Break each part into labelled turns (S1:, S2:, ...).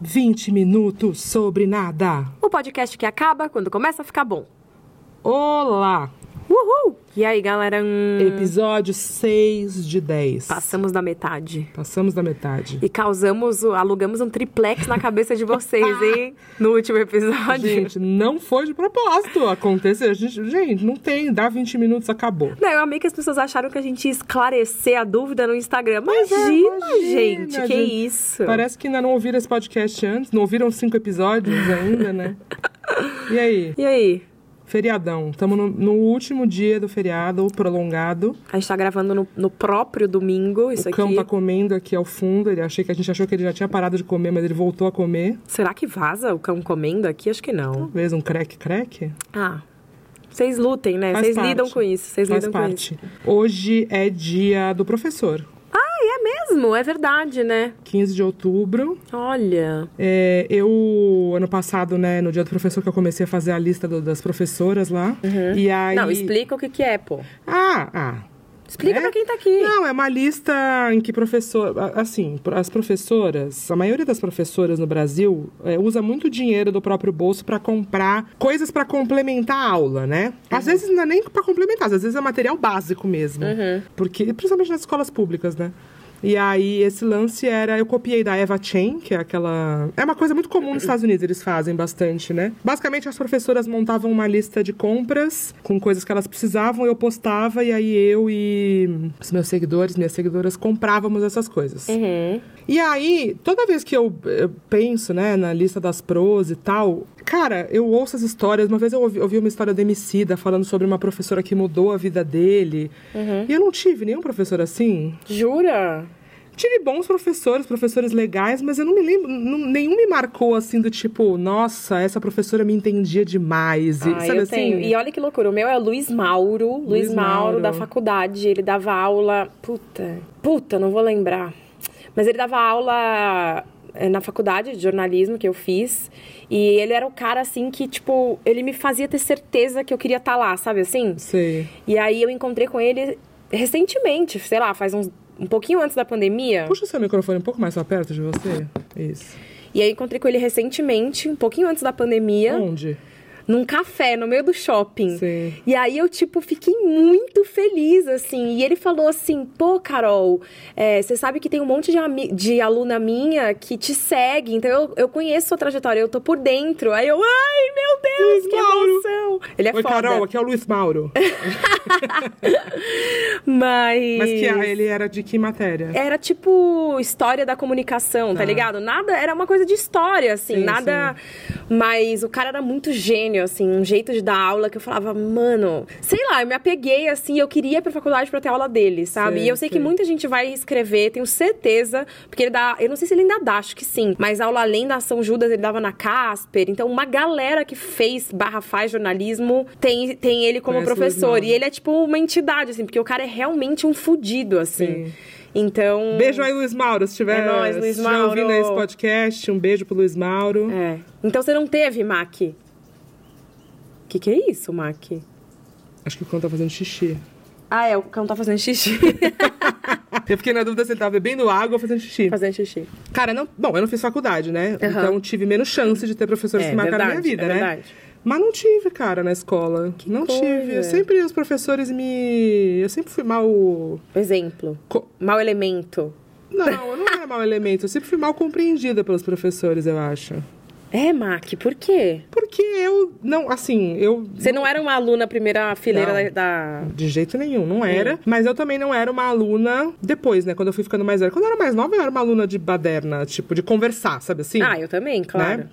S1: 20 minutos sobre nada.
S2: O podcast que acaba quando começa a ficar bom.
S1: Olá!
S2: Uhul! E aí, galera? Hum,
S1: Episódio 6 de 10.
S2: Passamos da metade.
S1: Passamos da metade.
S2: E causamos, o- alugamos um triplex na cabeça de vocês, hein? No último episódio.
S1: Gente, não foi de propósito acontecer. A Gente, gente, não tem. Dá 20 minutos, acabou.
S2: Não, eu amei que as pessoas acharam que a gente ia esclarecer a dúvida no Instagram. Imagina,
S1: Mas é, imagina,
S2: gente, que
S1: gente.
S2: isso.
S1: Parece que ainda não ouviram esse podcast antes. Não ouviram cinco episódios ainda, né? E aí?
S2: E aí?
S1: Feriadão. Estamos no, no último dia do feriado, prolongado.
S2: A gente tá gravando no, no próprio domingo isso
S1: o
S2: aqui.
S1: cão tá comendo aqui ao fundo. Ele achei que a gente achou que ele já tinha parado de comer, mas ele voltou a comer.
S2: Será que vaza o cão comendo aqui? Acho que não.
S1: Talvez um crack crack.
S2: Ah, vocês lutem, né?
S1: Faz
S2: Vocês
S1: parte.
S2: lidam com isso. Vocês
S1: Faz
S2: lidam com isso.
S1: parte. Hoje é dia do professor.
S2: Ah, é mesmo, é verdade, né?
S1: 15 de outubro.
S2: Olha.
S1: É, eu, ano passado, né, no dia do professor, que eu comecei a fazer a lista do- das professoras lá. E aí.
S2: Uhum. Não, explica o que, que é, pô.
S1: Ah, ah.
S2: Explica
S1: É?
S2: pra quem tá aqui.
S1: Não, é uma lista em que professor, a- assim, pro- as professoras, a maioria das professoras no Brasil é, usa muito dinheiro do próprio bolso para comprar coisas para complementar a aula, né? Às
S2: Uhum.
S1: vezes não é nem para complementar, às vezes é material básico mesmo,
S2: Uhum.
S1: porque principalmente nas escolas públicas, né? E aí, esse lance era. Eu copiei da Eva Chen, que é aquela. É uma coisa muito comum nos Estados Unidos, eles fazem bastante, né? Basicamente, as professoras montavam uma lista de compras com coisas que elas precisavam, eu postava, e aí eu e os meus seguidores, minhas seguidoras, comprávamos essas coisas.
S2: Uhum.
S1: E aí, toda vez que eu, eu penso, né, na lista das pros e tal, cara, eu ouço as histórias. Uma vez eu ouvi, ouvi uma história do Emicida falando sobre uma professora que mudou a vida dele. E eu não tive nenhum professor assim.
S2: Jura?
S1: Tive bons professores, professores legais, mas eu não me lembro, não- nenhum me marcou assim do tipo, nossa, essa professora me entendia demais. E,
S2: ah,
S1: sabe
S2: eu
S1: assim?
S2: tenho. E olha que loucura. O meu é o Luiz Mauro. Luiz,
S1: Luiz
S2: Mauro,
S1: Mauro.
S2: da faculdade. Ele dava aula. Puta. Puta, não vou lembrar. Mas ele dava aula eh, na faculdade de jornalismo que eu fiz. E ele era o cara assim que, tipo, ele me fazia ter certeza que eu queria estar lá, sabe assim?
S1: Sei.
S2: E aí eu encontrei com ele recentemente, sei lá, faz uns. Um pouquinho antes da pandemia.
S1: Puxa o seu microfone um pouco mais pra perto de você. Isso.
S2: E aí encontrei com ele recentemente, um pouquinho antes da pandemia,
S1: Onde?
S2: num café no meio do shopping.
S1: Sei.
S2: E aí eu, tipo, fiquei muito feliz, assim. E ele falou assim, pô, Carol, é, você sabe que tem um monte de, ami- de aluna minha que te segue. Então eu, eu conheço sua trajetória, eu tô por dentro. Aí eu, ai, meu Deus,
S1: Luiz
S2: que
S1: Mauro.
S2: emoção! Ele é
S1: Oi,
S2: foda.
S1: Carol, aqui é o Luiz Mauro.
S2: Mas...
S1: Mas que ah, ele era de que matéria?
S2: Era tipo história da comunicação, tá
S1: Ah.
S2: ligado? Nada, era uma coisa de história, assim,
S1: Sim,
S2: nada. Mas o cara era muito gênio, assim, um jeito de dar aula que eu falava, mano, sei lá, eu me apeguei, assim, eu queria ir pra faculdade pra ter aula dele, sabe?
S1: Sei,
S2: e eu sei que
S1: sei.
S2: muita gente vai escrever, tenho certeza, porque ele dá, eu não sei se ele ainda dá, acho que sim, mas aula além da São Judas ele dava na Casper, então uma galera que fez barra faz jornalismo tem, tem ele como
S1: Conhece o
S2: professor.
S1: Osmar.
S2: E ele é tipo uma entidade, assim, porque o cara é realmente um fudido, assim.
S1: Sim.
S2: Então.
S1: Beijo aí, Luiz Mauro. Se tiver,
S2: É nóis, Luiz
S1: se tiver
S2: Mauro.
S1: ouvindo esse podcast, um beijo pro Luiz Mauro.
S2: É. Então você não teve, Mac? Que que é isso, Mac?
S1: Acho que o Cão tá fazendo xixi.
S2: Ah, é, o cão tá fazendo xixi.
S1: Eu fiquei na dúvida se ele tava bebendo água ou fazendo xixi.
S2: fazendo xixi.
S1: Cara, não, bom, eu não fiz faculdade, né?
S2: Aham.
S1: Então tive menos chance de ter professores
S2: É,
S1: que marcaram
S2: verdade,
S1: minha vida,
S2: é
S1: né?
S2: verdade.
S1: Mas não tive, cara, na escola. não
S2: coisa.
S1: tive. Eu sempre os professores me, eu sempre fui mal
S2: Exemplo.
S1: co-
S2: Mau elemento.
S1: Não, eu não era mau elemento, eu sempre fui mal compreendida pelos professores, eu acho.
S2: É, Mac, por quê?
S1: Porque eu não, assim, eu
S2: Você não era uma aluna primeira fileira
S1: Não.
S2: da. da-
S1: De jeito nenhum, não era. Mas eu também não era uma aluna depois, né? Quando eu fui ficando mais velha. Quando eu era mais nova, eu era uma aluna de baderna, tipo, de conversar, sabe assim?
S2: Ah, eu também, claro.
S1: Né?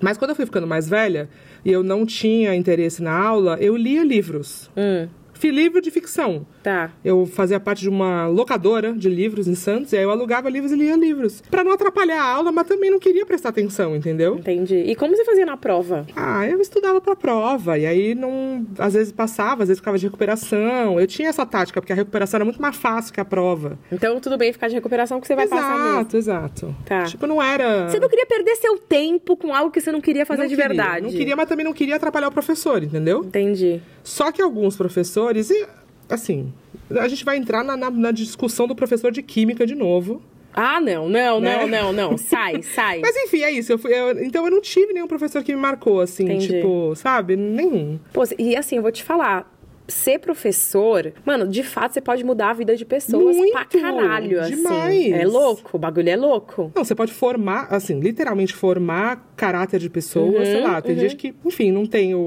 S1: Mas quando eu fui ficando mais velha e eu não tinha interesse na aula, eu lia livros.
S2: Hum,
S1: Fi- Livro de ficção.
S2: tá.
S1: Eu fazia parte de uma locadora de livros em Santos, e aí eu alugava livros e lia livros. Pra não atrapalhar a aula, mas também não queria prestar atenção, entendeu?
S2: Entendi. E como você fazia na prova?
S1: Ah, eu estudava pra prova, e aí não. Às vezes passava, às vezes ficava de recuperação. Eu tinha essa tática, porque a recuperação era muito mais fácil que a prova.
S2: Então tudo bem ficar de recuperação que você vai
S1: exato,
S2: passar mesmo.
S1: exato.
S2: Tá.
S1: Tipo, não era.
S2: Você não queria perder seu tempo com algo que você não queria fazer
S1: não
S2: de
S1: queria,
S2: verdade.
S1: Não queria, mas também não queria atrapalhar o professor, entendeu?
S2: Entendi.
S1: Só que alguns professores, e assim, a gente vai entrar na, na- na discussão do professor de química de novo.
S2: Ah, não, não,
S1: Né?
S2: não, não, não. Sai, sai.
S1: Mas enfim, é isso. Eu fui- eu- então eu não tive nenhum professor que me marcou, assim,
S2: Entendi.
S1: tipo, sabe? Nenhum.
S2: Pô, e assim, eu vou te falar. Ser professor, mano, de fato você pode mudar a vida de pessoas pra
S1: Muito,
S2: caralho, assim.
S1: demais.
S2: É louco, o bagulho é louco.
S1: Não, você pode formar, assim, literalmente formar caráter de pessoa,
S2: Uhum,
S1: sei lá. Tem
S2: uhum.
S1: gente que, enfim, não tem o,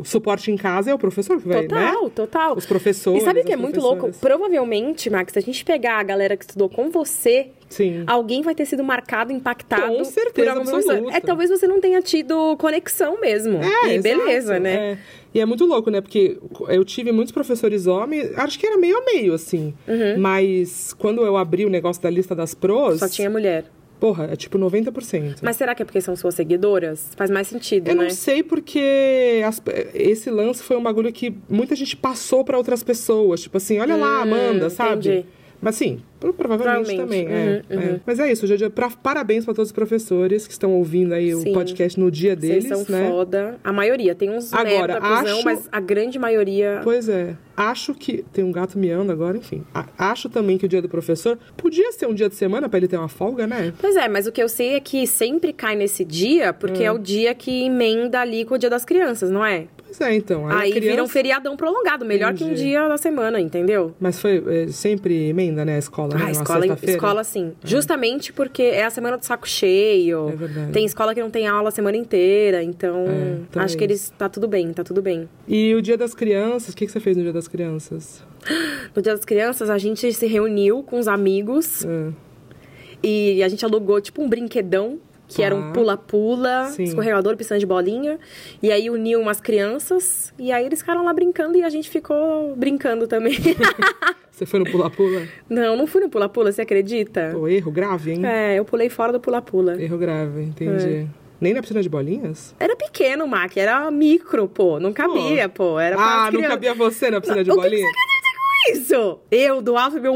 S1: o suporte em casa, é o professor que vai, né?
S2: Total, total.
S1: Os professores.
S2: E sabe o que é
S1: as
S2: muito louco?
S1: professoras.
S2: Provavelmente, Max, se a gente pegar a galera que estudou com você,
S1: Sim.
S2: alguém vai ter sido marcado, impactado.
S1: Com certeza
S2: por algum professor.
S1: absoluta.
S2: É, talvez você não tenha tido conexão mesmo. e
S1: É, exato,
S2: beleza, né?
S1: é. E é muito louco, né? Porque eu tive muitos professores homens, acho que era meio a meio, assim. Mas quando eu abri o negócio da lista das pros,
S2: Uhum. Só tinha mulher.
S1: porra, é tipo 90%.
S2: Mas será que é porque são suas seguidoras? Faz mais sentido,
S1: Eu
S2: né?
S1: não sei porque as- esse lance foi um bagulho que muita gente passou pra outras pessoas. Tipo assim, olha lá,
S2: Hum,
S1: Amanda, sabe?
S2: entendi.
S1: Mas sim, pro- provavelmente,
S2: Provavelmente,
S1: também. é,
S2: uhum,
S1: é. Mas é isso, hoje é pra, parabéns pra todos os professores que estão ouvindo aí
S2: Sim.
S1: o podcast no dia
S2: Vocês
S1: deles,
S2: são
S1: né?
S2: foda. A maioria. Tem uns
S1: Agora,
S2: merda, cuzão,
S1: acho-
S2: mas a grande maioria...
S1: Pois é. Acho que. Tem um gato miando agora, enfim. A- acho também que o dia do professor podia ser um dia de semana pra ele ter uma folga, né?
S2: Pois é, mas o que eu sei é que sempre cai nesse dia, porque é o dia que emenda ali com o dia das crianças, não é?
S1: Pois é, então. Aí, a
S2: Aí
S1: criança...
S2: vira um feriadão prolongado, melhor que um
S1: Entendi.
S2: dia da semana, entendeu?
S1: Mas foi é, sempre emenda, né? A escola, né?
S2: Ah,
S1: Uma
S2: escola,
S1: sexta-feira.
S2: escola sim. Justamente porque é a semana do saco cheio.
S1: É verdade.
S2: Tem escola que não tem aula a semana inteira, então
S1: É, então
S2: acho
S1: é
S2: que eles tá tudo bem, tá tudo bem.
S1: E o Dia das Crianças, o que, que você fez no Dia das Crianças?
S2: No Dia das Crianças, a gente se reuniu com os amigos
S1: Ah,
S2: e a gente alugou tipo um brinquedão, que era um
S1: Tá.
S2: pula-pula,
S1: Sim.
S2: escorregador, piscina de bolinha. E aí uniu umas crianças e aí eles ficaram lá brincando e a gente ficou brincando também.
S1: você foi no pula-pula?
S2: não, não fui no pula-pula, você acredita?
S1: Pô, erro grave, hein?
S2: É, eu pulei fora do pula-pula.
S1: Erro grave, entendi. Nem na piscina de bolinhas?
S2: Era pequeno, Mac, era micro, pô. Não cabia, pô. Era pra
S1: ah,
S2: as
S1: não
S2: crianças.
S1: cabia você na piscina de
S2: O que que
S1: bolinhas?
S2: Isso! Eu, do alto do meu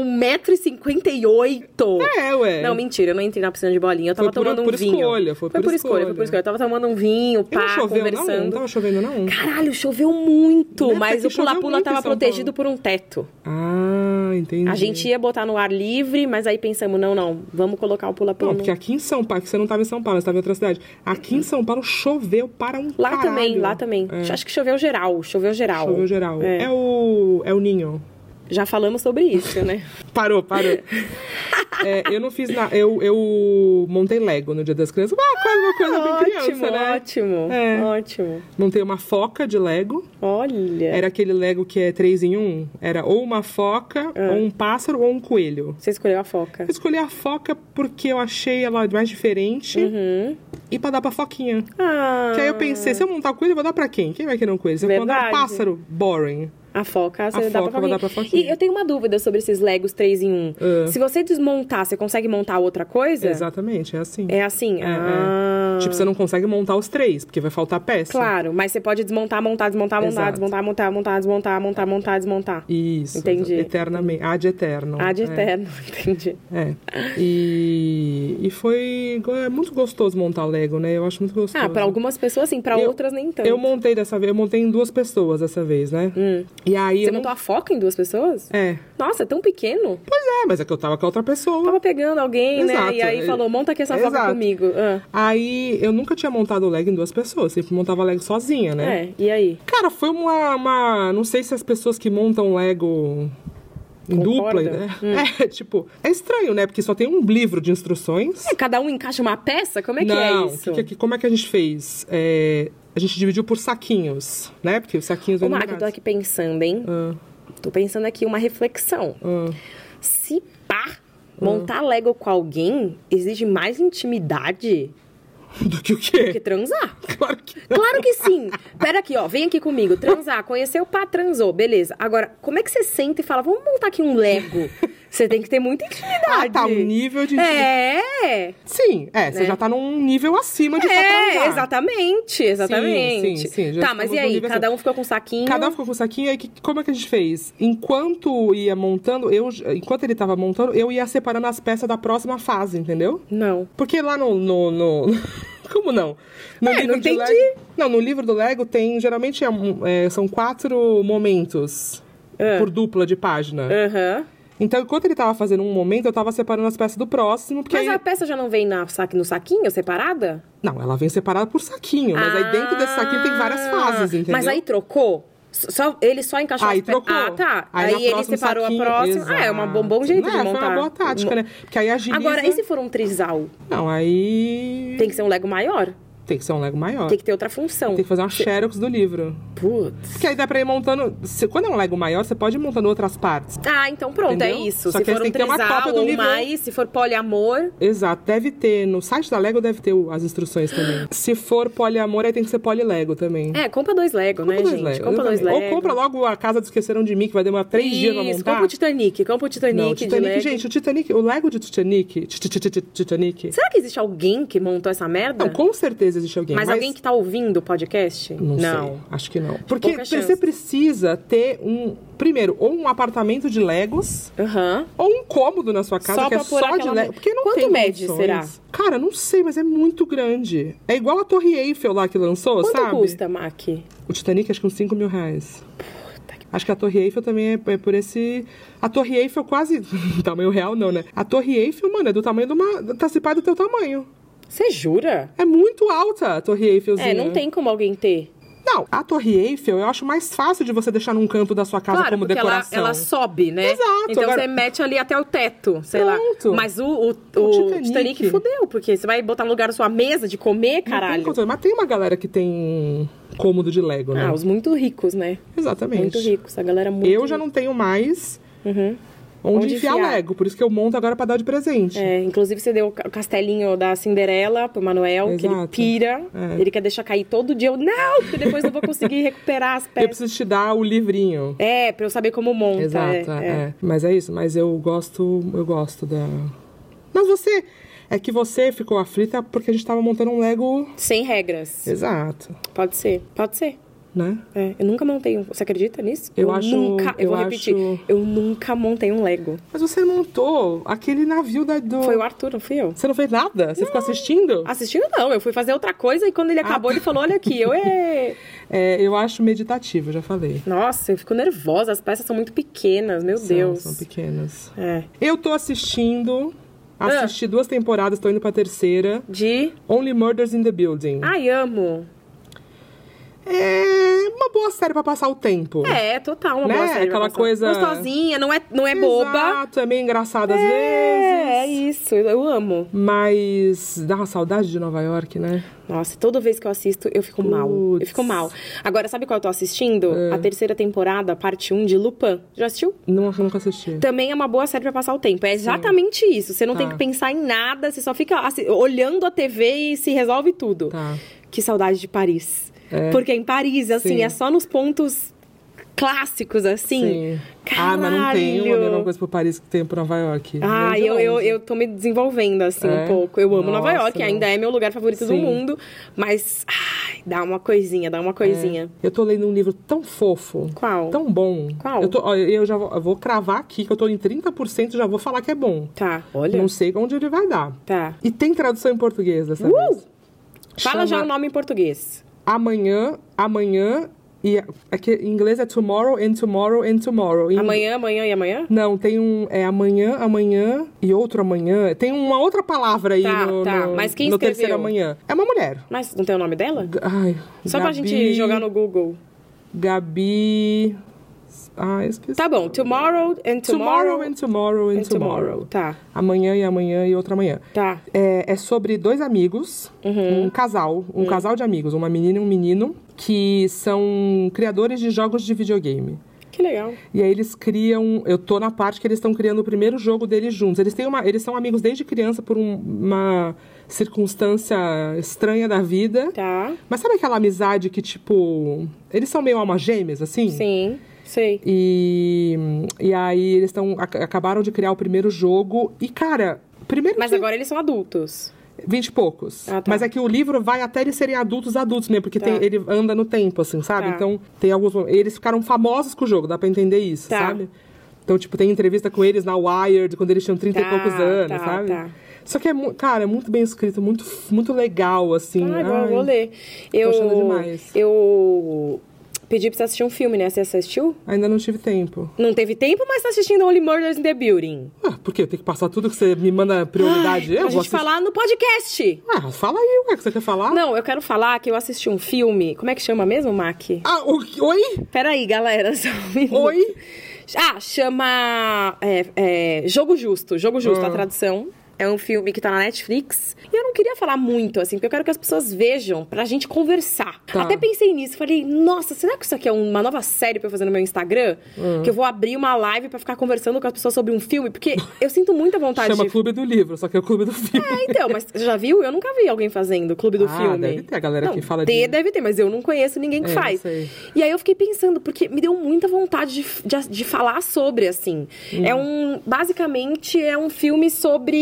S2: 1,58m.
S1: É, ué.
S2: Não, mentira, eu não entrei na piscina de bolinha. Eu tava
S1: Foi por-
S2: tomando um
S1: por
S2: vinho.
S1: escolha, foi por escolha. né?
S2: foi por escolha. Eu tava tomando um vinho,
S1: E não
S2: pá,
S1: choveu, não? Não
S2: conversando.
S1: tava chovendo, não?
S2: Caralho, choveu muito,
S1: Nossa,
S2: mas
S1: aqui
S2: o
S1: é choveu
S2: pula-pula
S1: muito em
S2: tava
S1: São
S2: protegido por um teto.
S1: Ah, entendi.
S2: A gente ia botar no ar livre, mas aí pensamos, não, não, vamos colocar o pula-pula
S1: Não,
S2: no-
S1: porque aqui em São Paulo, que você não tava em São Paulo, você tava em outra cidade. Aqui em São Paulo choveu para um
S2: Lá
S1: caralho. É.
S2: também, lá também. Acho que choveu geral, choveu geral.
S1: Choveu geral.
S2: É.
S1: É, o, é o ninho.
S2: Já falamos sobre isso, né?
S1: Parou, parou. É, eu não fiz nada. Eu, eu montei Lego no Dia das Crianças. Ah, quase uma coisa bem criança,
S2: ótimo,
S1: né?
S2: ótimo,
S1: É.
S2: ótimo.
S1: Montei uma foca de Lego.
S2: Olha.
S1: Era aquele Lego que é três em um. Era ou uma foca,
S2: É.
S1: ou um pássaro, ou um coelho.
S2: Você escolheu a foca.
S1: Eu escolhi a foca porque eu achei ela mais diferente
S2: Uhum.
S1: e pra dar pra foquinha.
S2: Ah,
S1: Que aí eu pensei, se eu montar coelho, eu vou dar pra quem? Quem vai querer um coelho? Se eu mandar
S2: Verdade.
S1: um pássaro, boring.
S2: a foca, você
S1: A
S2: dá
S1: foca,
S2: pra
S1: eu vou dar pra foquinha.
S2: E eu tenho uma dúvida sobre esses Legos 3 em 1.
S1: Ah.
S2: Se você desmontar, você consegue montar outra coisa?
S1: Exatamente, é assim.
S2: É assim?
S1: É, é.
S2: ah,
S1: Tipo, você não consegue montar os três, porque vai faltar peça.
S2: Claro, mas você pode desmontar, montar, desmontar, montar,
S1: Exato.
S2: desmontar, montar, montar, desmontar, montar, montar, desmontar.
S1: Isso.
S2: Entendi.
S1: Eternamente. Ad eterno.
S2: Ah, de
S1: É.
S2: eterno, entendi.
S1: É. E, e foi go- é muito gostoso montar Lego, né? Eu acho muito gostoso.
S2: Ah, pra algumas pessoas sim, pra
S1: Eu-
S2: outras nem tanto.
S1: Eu montei dessa vez, eu montei em duas pessoas dessa vez, né?
S2: Hum.
S1: E aí
S2: Você
S1: eu não-
S2: montou a foca em duas pessoas?
S1: É.
S2: Nossa, é tão pequeno.
S1: Pois é, mas é que eu tava com a outra pessoa.
S2: Tava pegando alguém, né?
S1: Exato,
S2: E aí
S1: é-
S2: falou, monta aqui essa foca
S1: Exato.
S2: comigo. Ah,
S1: Aí eu nunca tinha montado Lego em duas pessoas, sempre montava Lego sozinha, né?
S2: é, e aí?
S1: Cara, foi uma, uma- Não sei se as pessoas que montam Lego em dupla,
S2: Concordam?
S1: né?
S2: Hum.
S1: É, tipo, é estranho, né? Porque só tem um livro de instruções.
S2: É, cada um encaixa uma peça? Como é que
S1: não,
S2: é isso?
S1: que- que- como é que a gente fez? É, a gente dividiu por saquinhos, né? Porque os saquinhos
S2: Ô,
S1: vêm no
S2: Marco, eu tô
S1: braço.
S2: aqui pensando, hein?
S1: Ah,
S2: Tô pensando aqui uma reflexão.
S1: ah.
S2: Se pá,
S1: Hum.
S2: montar Lego com alguém exige mais intimidade
S1: Do que o
S2: do que
S1: quê?
S2: transar.
S1: Claro que não.
S2: Claro que sim! Pera aqui, ó, vem aqui comigo, transar, conheceu, pá, transou, beleza. Agora, como é que você senta e fala, vamos montar aqui um Lego? Você tem que ter muita intimidade.
S1: Ah, tá, um nível de...
S2: É!
S1: Sim, é, você
S2: Né?
S1: já tá num nível acima de só transar.
S2: É, exatamente, exatamente.
S1: sim, sim, já
S2: tá, mas
S1: estamos
S2: e
S1: num
S2: aí?
S1: nível
S2: Cada um ficou com um saquinho.
S1: Cada um ficou com o saquinho, aí que, como é que a gente fez? Enquanto ia montando, eu, enquanto ele tava montando, eu ia separando as peças da próxima fase, entendeu?
S2: Não.
S1: Porque lá no. no, no- Como não? No
S2: É, não
S1: de
S2: entendi.
S1: Lego- não, no livro do Lego tem. Geralmente é um- é, são quatro momentos
S2: Ah.
S1: por dupla de página.
S2: Aham.
S1: Então, enquanto ele tava fazendo um momento, eu tava separando as peças do próximo, porque
S2: Mas
S1: aí-
S2: a peça já não vem na, sa- no saquinho, separada?
S1: Não, ela vem separada por saquinho, mas aí dentro desse saquinho tem várias fases, entendeu?
S2: Ah, Mas aí trocou? S- Só, ele só encaixou
S1: Aí
S2: as pe-
S1: trocou.
S2: Ah, tá.
S1: na
S2: Aí, ele
S1: próxima
S2: separou
S1: saquinho-
S2: a próxima. Ah, é uma bom, bom jeito
S1: Não
S2: de
S1: é,
S2: montar.
S1: Foi uma boa tática, né? Porque aí agiliza...
S2: Agora, e se for um trisal?
S1: Não, aí...
S2: Tem que ser um Lego maior.
S1: Tem que ser um Lego maior.
S2: Tem que ter outra função.
S1: Tem que fazer uma xerox do livro.
S2: Putz.
S1: Porque aí dá pra ir montando... se- Quando é um Lego maior, você pode ir montando outras partes.
S2: Ah, então pronto, é
S1: Entendeu?
S2: isso.
S1: Só
S2: se
S1: que aí
S2: for
S1: tem
S2: um
S1: que ter uma
S2: trisal
S1: cópia do
S2: ou
S1: livro.
S2: mais, se for poliamor,
S1: Exato. Deve ter... No site da Lego deve ter o- as instruções também. Se for poliamor, aí tem que ser polilego também.
S2: É, compra dois Lego, né,
S1: Compra dois
S2: gente?
S1: Lego,
S2: compra dois Lego.
S1: exatamente. Ou compra logo a Casa do Esqueceram de Mim, que vai demorar três dias pra
S2: Isso,
S1: montar.
S2: compra o Titanic, compra o Titanic,
S1: Não, o
S2: de
S1: Titanic,
S2: Lego.
S1: gente, o Titanic, o Lego de Titanic, Ti- ti- ti- ti- Titanic.
S2: Será que existe alguém que montou essa merda?
S1: Não, com certeza existe alguém,
S2: mas,
S1: mas,
S2: alguém que tá ouvindo o podcast?
S1: não, sei, acho que não. Porque
S2: Pouca chance.
S1: você precisa ter um, primeiro, ou um apartamento de Legos,
S2: Aham.
S1: ou um cômodo na sua casa
S2: Só
S1: que é
S2: pra pôr
S1: só de
S2: aquela-
S1: Lego, porque não
S2: Quanto
S1: tem
S2: mede,
S1: condições.
S2: será?
S1: Cara, não sei, mas é muito grande. É igual a Torre Eiffel lá que lançou,
S2: Quanto
S1: sabe?
S2: custa, Mac?
S1: O Titanic, acho que uns 5 mil reais. Acho que a Torre Eiffel também é, é por esse. A Torre Eiffel quase. tamanho real, não, né? A Torre Eiffel, mano, é do tamanho de uma. Tá se pá do teu tamanho.
S2: Você jura?
S1: É muito alta a Torre Eiffelzinha.
S2: É, não tem como alguém ter.
S1: Não, a Torre Eiffel eu acho mais fácil de você deixar num canto da sua casa
S2: claro,
S1: como
S2: porque ela,
S1: decoração.
S2: ela sobe, né?
S1: Exato,
S2: Então
S1: agora-
S2: você mete ali até o teto, sei
S1: Pronto.
S2: lá. Mas o, o, o,
S1: Titanic.
S2: Titanic. fudeu, porque você vai botar no lugar da sua mesa de comer,
S1: Não tem
S2: caralho.
S1: controle. Mas tem uma galera que tem cômodo de Lego, né?
S2: Ah, os muito ricos, né?
S1: Exatamente.
S2: Muito ricos, a galera é muito
S1: eu já não tenho mais
S2: Uhum.
S1: onde,
S2: Onde
S1: enfiar,
S2: enfiar.
S1: Lego, por isso que eu monto agora pra dar de presente.
S2: É, inclusive você deu o ca- o castelinho da Cinderela pro Manuel, que ele
S1: Exato.
S2: pira.
S1: É.
S2: Ele quer deixar cair todo dia. Eu, não, porque depois eu vou conseguir recuperar as
S1: Eu
S2: peças.
S1: preciso te dar o livrinho.
S2: É, pra eu saber como monta.
S1: Exato,
S2: é,
S1: é,
S2: é.
S1: é. Mas é isso, mas eu gosto, eu gosto da. Mas você. É que você ficou aflita porque a gente tava montando um Lego.
S2: Sem regras.
S1: Exato,
S2: Pode ser, pode ser.
S1: né?
S2: É, eu nunca montei um. Você acredita nisso?
S1: Eu acho-
S2: Nunca, eu,
S1: eu
S2: vou
S1: acho-
S2: repetir. Eu nunca montei um Lego.
S1: Mas você montou aquele navio da do.
S2: Foi o Arthur, não fui eu?
S1: Você não fez nada? Você ficou assistindo?
S2: Assistindo, não. Eu fui fazer outra coisa e quando
S1: Ah.
S2: ele acabou, ele falou: Olha aqui, eu é.
S1: É, eu acho meditativo, eu já falei.
S2: Nossa, eu fico nervosa. As peças são muito pequenas, meu
S1: São-
S2: Deus.
S1: São pequenas.
S2: É.
S1: Eu tô assistindo.
S2: Ah.
S1: Assisti duas temporadas, tô indo pra terceira.
S2: De.
S1: Only Murders in the Building.
S2: Ai, amo.
S1: É uma boa série pra passar o tempo.
S2: Ah. É, total, uma
S1: Né?
S2: boa série.
S1: Aquela
S2: vai passar.
S1: coisa-
S2: Gostosinha, não é, não é boba.
S1: Exato, é meio engraçado às vezes.
S2: É, é isso, eu- eu amo.
S1: Mas dá uma saudade de Nova York, né?
S2: Nossa, toda vez que eu assisto, eu fico mal. Eu
S1: Puts.
S2: fico mal. Agora, sabe qual eu tô assistindo?
S1: Ah.
S2: A terceira temporada, parte 1 de Lupin. Já assistiu?
S1: Não, eu nunca assisti.
S2: Também é uma boa série pra passar o tempo. É exatamente isso. Você não tem
S1: Tá.
S2: que pensar em nada, você só fica assi- olhando a TV e se resolve tudo.
S1: Tá.
S2: Que saudade de Paris.
S1: É.
S2: Porque em Paris, assim,
S1: Sim.
S2: é só nos pontos clássicos, assim.
S1: Ah, mas não tem
S2: Caralho!
S1: a mesma coisa pro Paris que tem pro Nova York.
S2: Ah,
S1: Nem de
S2: eu, eu,
S1: longe.
S2: eu tô me desenvolvendo, assim,
S1: É?
S2: um pouco. Eu amo Nova
S1: Nossa,
S2: York,
S1: não.
S2: ainda é meu lugar favorito do
S1: Sim.
S2: mundo. Mas, ai, dá uma coisinha, dá uma coisinha.
S1: Eu tô lendo um livro tão fofo.
S2: Qual?
S1: Tão bom.
S2: Qual?
S1: Eu, tô, ó, eu já vou, eu vou cravar aqui que eu tô em 30% e já vou falar que é bom.
S2: Tá, olha.
S1: Não sei onde ele vai dar.
S2: Tá.
S1: E tem tradução em português dessa
S2: Uh!
S1: vez. Chama
S2: Fala já o nome em português.
S1: Amanhã, amanhã e... É que em inglês é tomorrow and tomorrow and tomorrow. Em-
S2: Amanhã, amanhã e amanhã?
S1: Não, tem um. É amanhã, amanhã e outro amanhã. Tem uma outra palavra aí
S2: Tá,
S1: no,
S2: tá.
S1: no-
S2: Mas quem
S1: no
S2: escreveu?
S1: terceiro amanhã. É uma mulher.
S2: Mas não tem o nome dela?
S1: G- Ai,
S2: Só pra
S1: Gabi-
S2: gente jogar no Google.
S1: Gabi. Ah, esqueci.
S2: Tá bom, tomorrow and tomorrow,
S1: Tomorrow and tomorrow and,
S2: and
S1: tomorrow.
S2: Tá,
S1: Amanhã e amanhã e outra amanhã.
S2: tá.
S1: É, é sobre dois amigos, um casal, um casal de amigos, uma menina e um menino, que são criadores de jogos de videogame.
S2: Que legal.
S1: E aí eles criam. Eu tô na parte que eles estão criando o primeiro jogo deles juntos. Eles têm uma. Eles são amigos desde criança por um- uma circunstância estranha da vida.
S2: Tá.
S1: Mas sabe aquela amizade que, tipo. Eles são meio almas gêmeas, assim?
S2: Sim, sei.
S1: E, e aí eles estão. ac- Acabaram de criar o primeiro jogo. E, cara, primeiro.
S2: Mas
S1: que-
S2: agora eles são adultos.
S1: 20 e poucos.
S2: Ah, tá.
S1: Mas é que o livro vai até eles serem adultos, adultos mesmo, porque
S2: Tá.
S1: tem- ele anda no tempo, assim, sabe?
S2: Tá.
S1: Então, tem alguns. Eles ficaram famosos com o jogo, dá pra entender isso,
S2: Tá.
S1: sabe? Então, tipo, tem entrevista com eles na Wired, quando eles tinham 30
S2: Tá,
S1: e poucos anos,
S2: tá,
S1: sabe?
S2: tá.
S1: Só que é, mu- cara, é muito bem escrito, muito, muito legal, assim.
S2: Ah, vou,
S1: Ai,
S2: vou ler. Eu,
S1: achando demais.
S2: eu pedi pra você assistir um filme, né? Você assistiu?
S1: Ainda não tive tempo.
S2: Não teve tempo, mas tá assistindo Only Murders in the Building.
S1: Ah, por quê? Tem que passar tudo que você me manda prioridade?
S2: Ai, pra
S1: eu vou
S2: gente
S1: assistir.
S2: falar no podcast.
S1: Ah, fala aí, o que é que você quer falar?
S2: Não, eu quero falar que eu assisti um filme. Como é que chama mesmo, Mac?
S1: Ah, o que- oi?
S2: Peraí, galera, só um minuto.
S1: Oi?
S2: Ah, chama é, é, Jogo Justo. Jogo Justo,
S1: Ah.
S2: a tradução. É um filme que tá na Netflix. E eu não queria falar muito, assim, porque eu quero que as pessoas vejam pra gente conversar.
S1: Tá.
S2: Até pensei nisso. Falei, nossa, será que isso aqui é uma nova série pra eu fazer no meu Instagram?
S1: Ah.
S2: Que eu vou abrir uma live pra ficar conversando com as pessoas sobre um filme? Porque eu sinto muita vontade
S1: Tá, Chama
S2: de...
S1: Clube do Livro, só que é o Clube do Filme.
S2: É, então, mas você já viu? Eu nunca vi alguém fazendo Clube do
S1: Ah,
S2: Filme.
S1: deve ter, a galera
S2: não,
S1: que fala
S2: ter
S1: de-
S2: deve ter, mas eu não conheço ninguém que
S1: É,
S2: faz.
S1: não sei.
S2: E aí eu fiquei pensando, porque me deu muita vontade de, de, de falar sobre, assim. É um. Basicamente, é um filme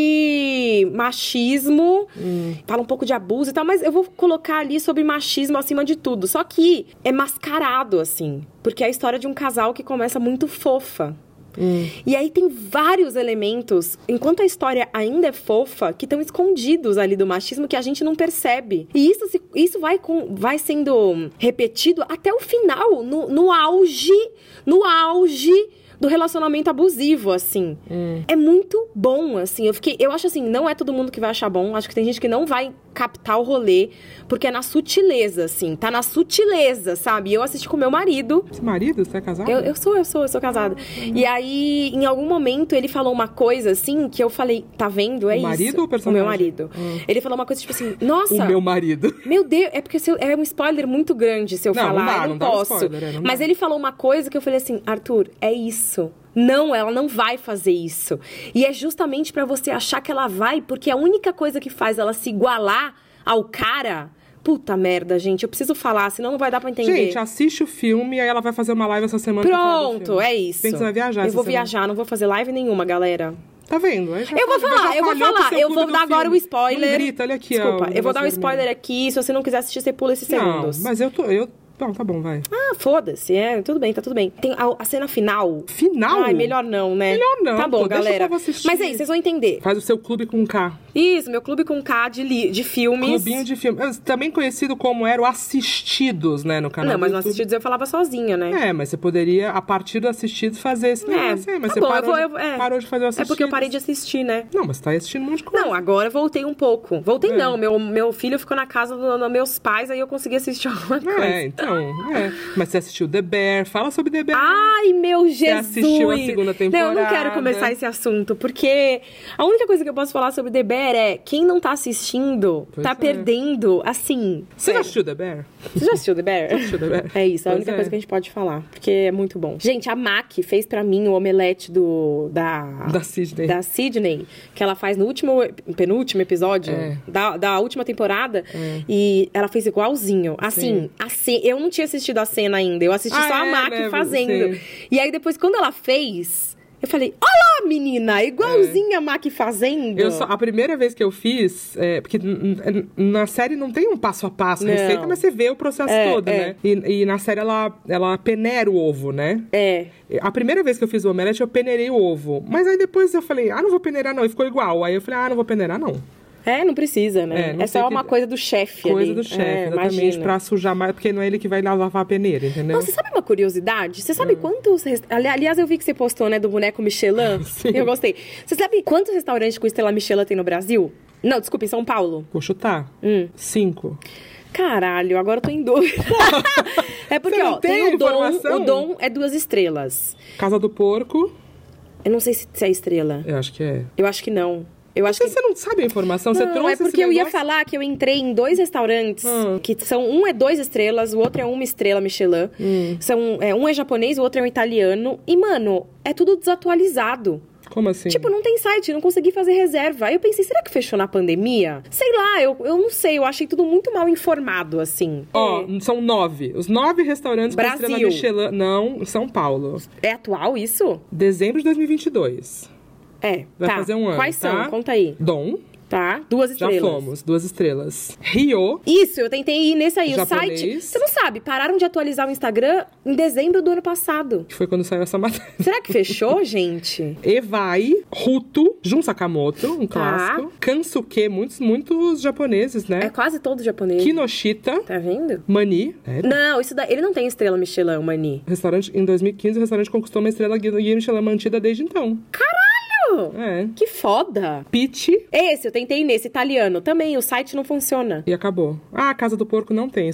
S2: sobre machismo. Fala um pouco de abuso e tal, mas eu vou colocar ali sobre machismo acima de tudo. Só que é mascarado, assim. Porque é a história de um casal que começa muito fofa. E aí tem vários elementos, enquanto a história ainda é fofa, que estão escondidos ali do machismo que a gente não percebe. E isso, se- isso vai, com, vai sendo repetido até o final, no, no auge, no auge do relacionamento abusivo, assim. É muito bom, assim. Eu fiquei, eu acho assim, não é todo mundo que vai achar bom. Acho que tem gente que não vai captar o rolê, porque é na sutileza, assim. Tá na sutileza, sabe? E Eu assisti com meu marido,
S1: Esse marido, você é casado?
S2: eu, eu sou, eu sou, eu sou casada. E aí, em algum momento, ele falou uma coisa assim que eu falei, tá vendo? É
S1: O
S2: isso.
S1: marido ou o
S2: O
S1: personagem? Ah.
S2: meu marido. Ele falou uma coisa tipo assim, nossa.
S1: O meu marido.
S2: Meu Deus, é porque se eu- é um spoiler muito grande se eu
S1: Não, não
S2: falar,
S1: dá,
S2: eu
S1: não
S2: não,
S1: dá
S2: posso.
S1: spoiler, é, não
S2: Mas
S1: dá.
S2: ele falou uma coisa que eu falei assim, Arthur, é isso. Não, ela não vai fazer isso. E é justamente pra você achar que ela vai, porque a única coisa que faz ela se igualar ao cara, puta merda, gente, eu preciso falar, senão não vai dar pra entender.
S1: Gente, assiste o filme, aí ela vai fazer uma live essa semana. pra falar do
S2: Pronto,
S1: filme.
S2: é isso.
S1: Bem que você vai viajar
S2: Eu
S1: essa
S2: vou
S1: semana.
S2: viajar, não vou fazer live nenhuma, galera.
S1: Tá vendo? Aí já
S2: Eu vou
S1: já
S2: falar, eu vou
S1: falhou com o
S2: falar.
S1: seu
S2: Eu
S1: clube
S2: vou
S1: do
S2: dar agora
S1: filme.
S2: o spoiler.
S1: Não grita, olha aqui. ó,
S2: Desculpa,
S1: o
S2: eu vou dar um
S1: negócio
S2: spoiler aqui. Se você não quiser assistir, você pula esses
S1: vermelho.
S2: segundos.
S1: Não, mas eu tô... Eu... Não, tá bom, vai.
S2: Ah, foda-se, é, tudo bem, tá tudo bem. Tem a, a cena final.
S1: Final?
S2: Ai, melhor não, né?
S1: Melhor não,
S2: Tá bom,
S1: pô, deixa o
S2: galera.
S1: povo assistir.
S2: Mas é isso, vocês vão entender.
S1: Faz o seu clube com K.
S2: Isso, meu clube com K de, li- de filmes.
S1: Clubinho de filme. Ah, Também conhecido como era o Assistidos, né, no canal
S2: Não, mas
S1: do
S2: não
S1: YouTube.
S2: assistidos eu falava sozinha, né?
S1: É, mas você poderia, a partir do Assistidos, fazer esse negócio aí. Mas
S2: tá
S1: você
S2: bom,
S1: parou,
S2: eu vou-
S1: de-
S2: eu- é.
S1: parou de fazer o
S2: É
S1: Assistidos.
S2: porque eu parei de assistir, né?
S1: Não, mas você tá assistindo um monte de coisa.
S2: Não, agora eu voltei um pouco. Voltei
S1: É.
S2: não, meu, meu filho ficou na casa dos meus pais, aí eu consegui assistir alguma coisa.
S1: É, então, é. Mas você assistiu The Bear, fala sobre The Bear.
S2: Ah, Ai, meu Jesus!
S1: assistiu a segunda
S2: Não, eu não
S1: temporada.
S2: quero começar esse assunto, porque a única coisa que eu posso falar sobre The Bear é quem não tá assistindo,
S1: Pois
S2: tá
S1: é.
S2: perdendo, assim.
S1: você já
S2: sério.
S1: assistiu The Bear?
S2: Você já assistiu The Bear?
S1: assistiu The Bear?
S2: É isso, é a
S1: Pois
S2: única
S1: é.
S2: coisa que a gente pode falar, porque é muito bom. Gente, a Mac fez pra mim o omelete do da
S1: Da Sidney.
S2: Ah. da Sidney, que ela faz no último penúltimo episódio
S1: É.
S2: da, da última temporada, e ela fez igualzinho. Assim, a ce- eu não tinha assistido a cena ainda, eu assisti
S1: Ah,
S2: só a
S1: é,
S2: Mac
S1: né?
S2: fazendo.
S1: Sim.
S2: E aí depois quando ela fez, eu falei: "Olá, menina, igualzinha a Mac fazendo".
S1: É. Eu só- a primeira vez que eu fiz, é, porque n- n- na série não tem um passo a passo
S2: Não.
S1: receita, mas você vê o processo
S2: É,
S1: todo,
S2: é.
S1: né? E, e na série ela, ela peneira o ovo, né?
S2: É.
S1: A primeira vez que eu fiz o omelete, eu peneirei o ovo. Mas aí depois eu falei, ah, não vou peneirar não. E ficou igual. Aí eu falei, ah, não vou peneirar não.
S2: É, não precisa, né?
S1: É,
S2: É,
S1: não sei
S2: só
S1: que-
S2: uma coisa do chefe ali.
S1: Coisa do chefe,
S2: é,
S1: exatamente,
S2: imagina.
S1: pra sujar mais. Porque não é ele que vai lavar a peneira, entendeu?
S2: Nossa, você sabe uma curiosidade? Você
S1: Hum.
S2: sabe quantos. rest- ali- Aliás, eu vi que você postou, né, do boneco Michelin.
S1: Sim.
S2: Eu gostei. Você sabe quantos restaurantes com estrela Michelin tem no Brasil? Não, desculpa, em São Paulo.
S1: Vou chutar.
S2: Hum.
S1: Cinco.
S2: Caralho, agora eu tô em dúvida. é porque,
S1: Você não
S2: ó,
S1: tem
S2: tem, o
S1: informação?
S2: Dom. O Dom é duas estrelas.
S1: Casa do Porco.
S2: Eu não sei se, se é estrela.
S1: Eu acho que é.
S2: Eu acho que não. Eu acho
S1: Você,
S2: que.
S1: você não sabe a informação, você
S2: Não,
S1: trouxe
S2: é porque
S1: esse
S2: eu ia
S1: negócio?
S2: falar que eu entrei em dois restaurantes
S1: Hum.
S2: que são um é dois estrelas, o outro é uma estrela Michelin.
S1: Hum.
S2: São é, um é japonês, o outro é um italiano e mano é tudo desatualizado.
S1: Como assim?
S2: Tipo, não tem site, não consegui fazer reserva. Aí eu pensei, será que fechou na pandemia? Sei lá, eu, eu não sei, eu achei tudo muito mal informado, assim.
S1: Ó, são nove. Os nove restaurantes com estrela
S2: Brasil.
S1: Michelin. Não, São Paulo.
S2: É atual isso?
S1: Dezembro de 2022.
S2: É,
S1: Vai
S2: tá.
S1: fazer um ano,
S2: Quais
S1: tá?
S2: são? Conta aí.
S1: Dom.
S2: tá? Duas
S1: Já
S2: estrelas.
S1: fomos, duas estrelas. Rio.
S2: Isso, eu tentei ir nesse aí.
S1: Japonês.
S2: O site. Você não sabe, pararam de atualizar o Instagram em dezembro do ano passado.
S1: Que foi quando saiu essa matéria.
S2: Será que fechou, gente?
S1: Evai, Ruto, Jun Sakamoto, um
S2: Tá.
S1: clássico. Kansuke, muitos, muitos japoneses,
S2: É
S1: né?
S2: quase todo japonês.
S1: Kinoshita,
S2: Tá vendo?
S1: Mani. É,
S2: Não, isso da... ele não tem estrela Michelin, o Mani.
S1: Restaurante, em 2015, o restaurante conquistou uma estrela Guia Guia Michelin mantida desde então.
S2: Caralho!
S1: É.
S2: Que foda!
S1: Pit
S2: Esse, eu tentei ir nesse italiano também, o site não funciona.
S1: e acabou. Ah, a Casa do Porco não tem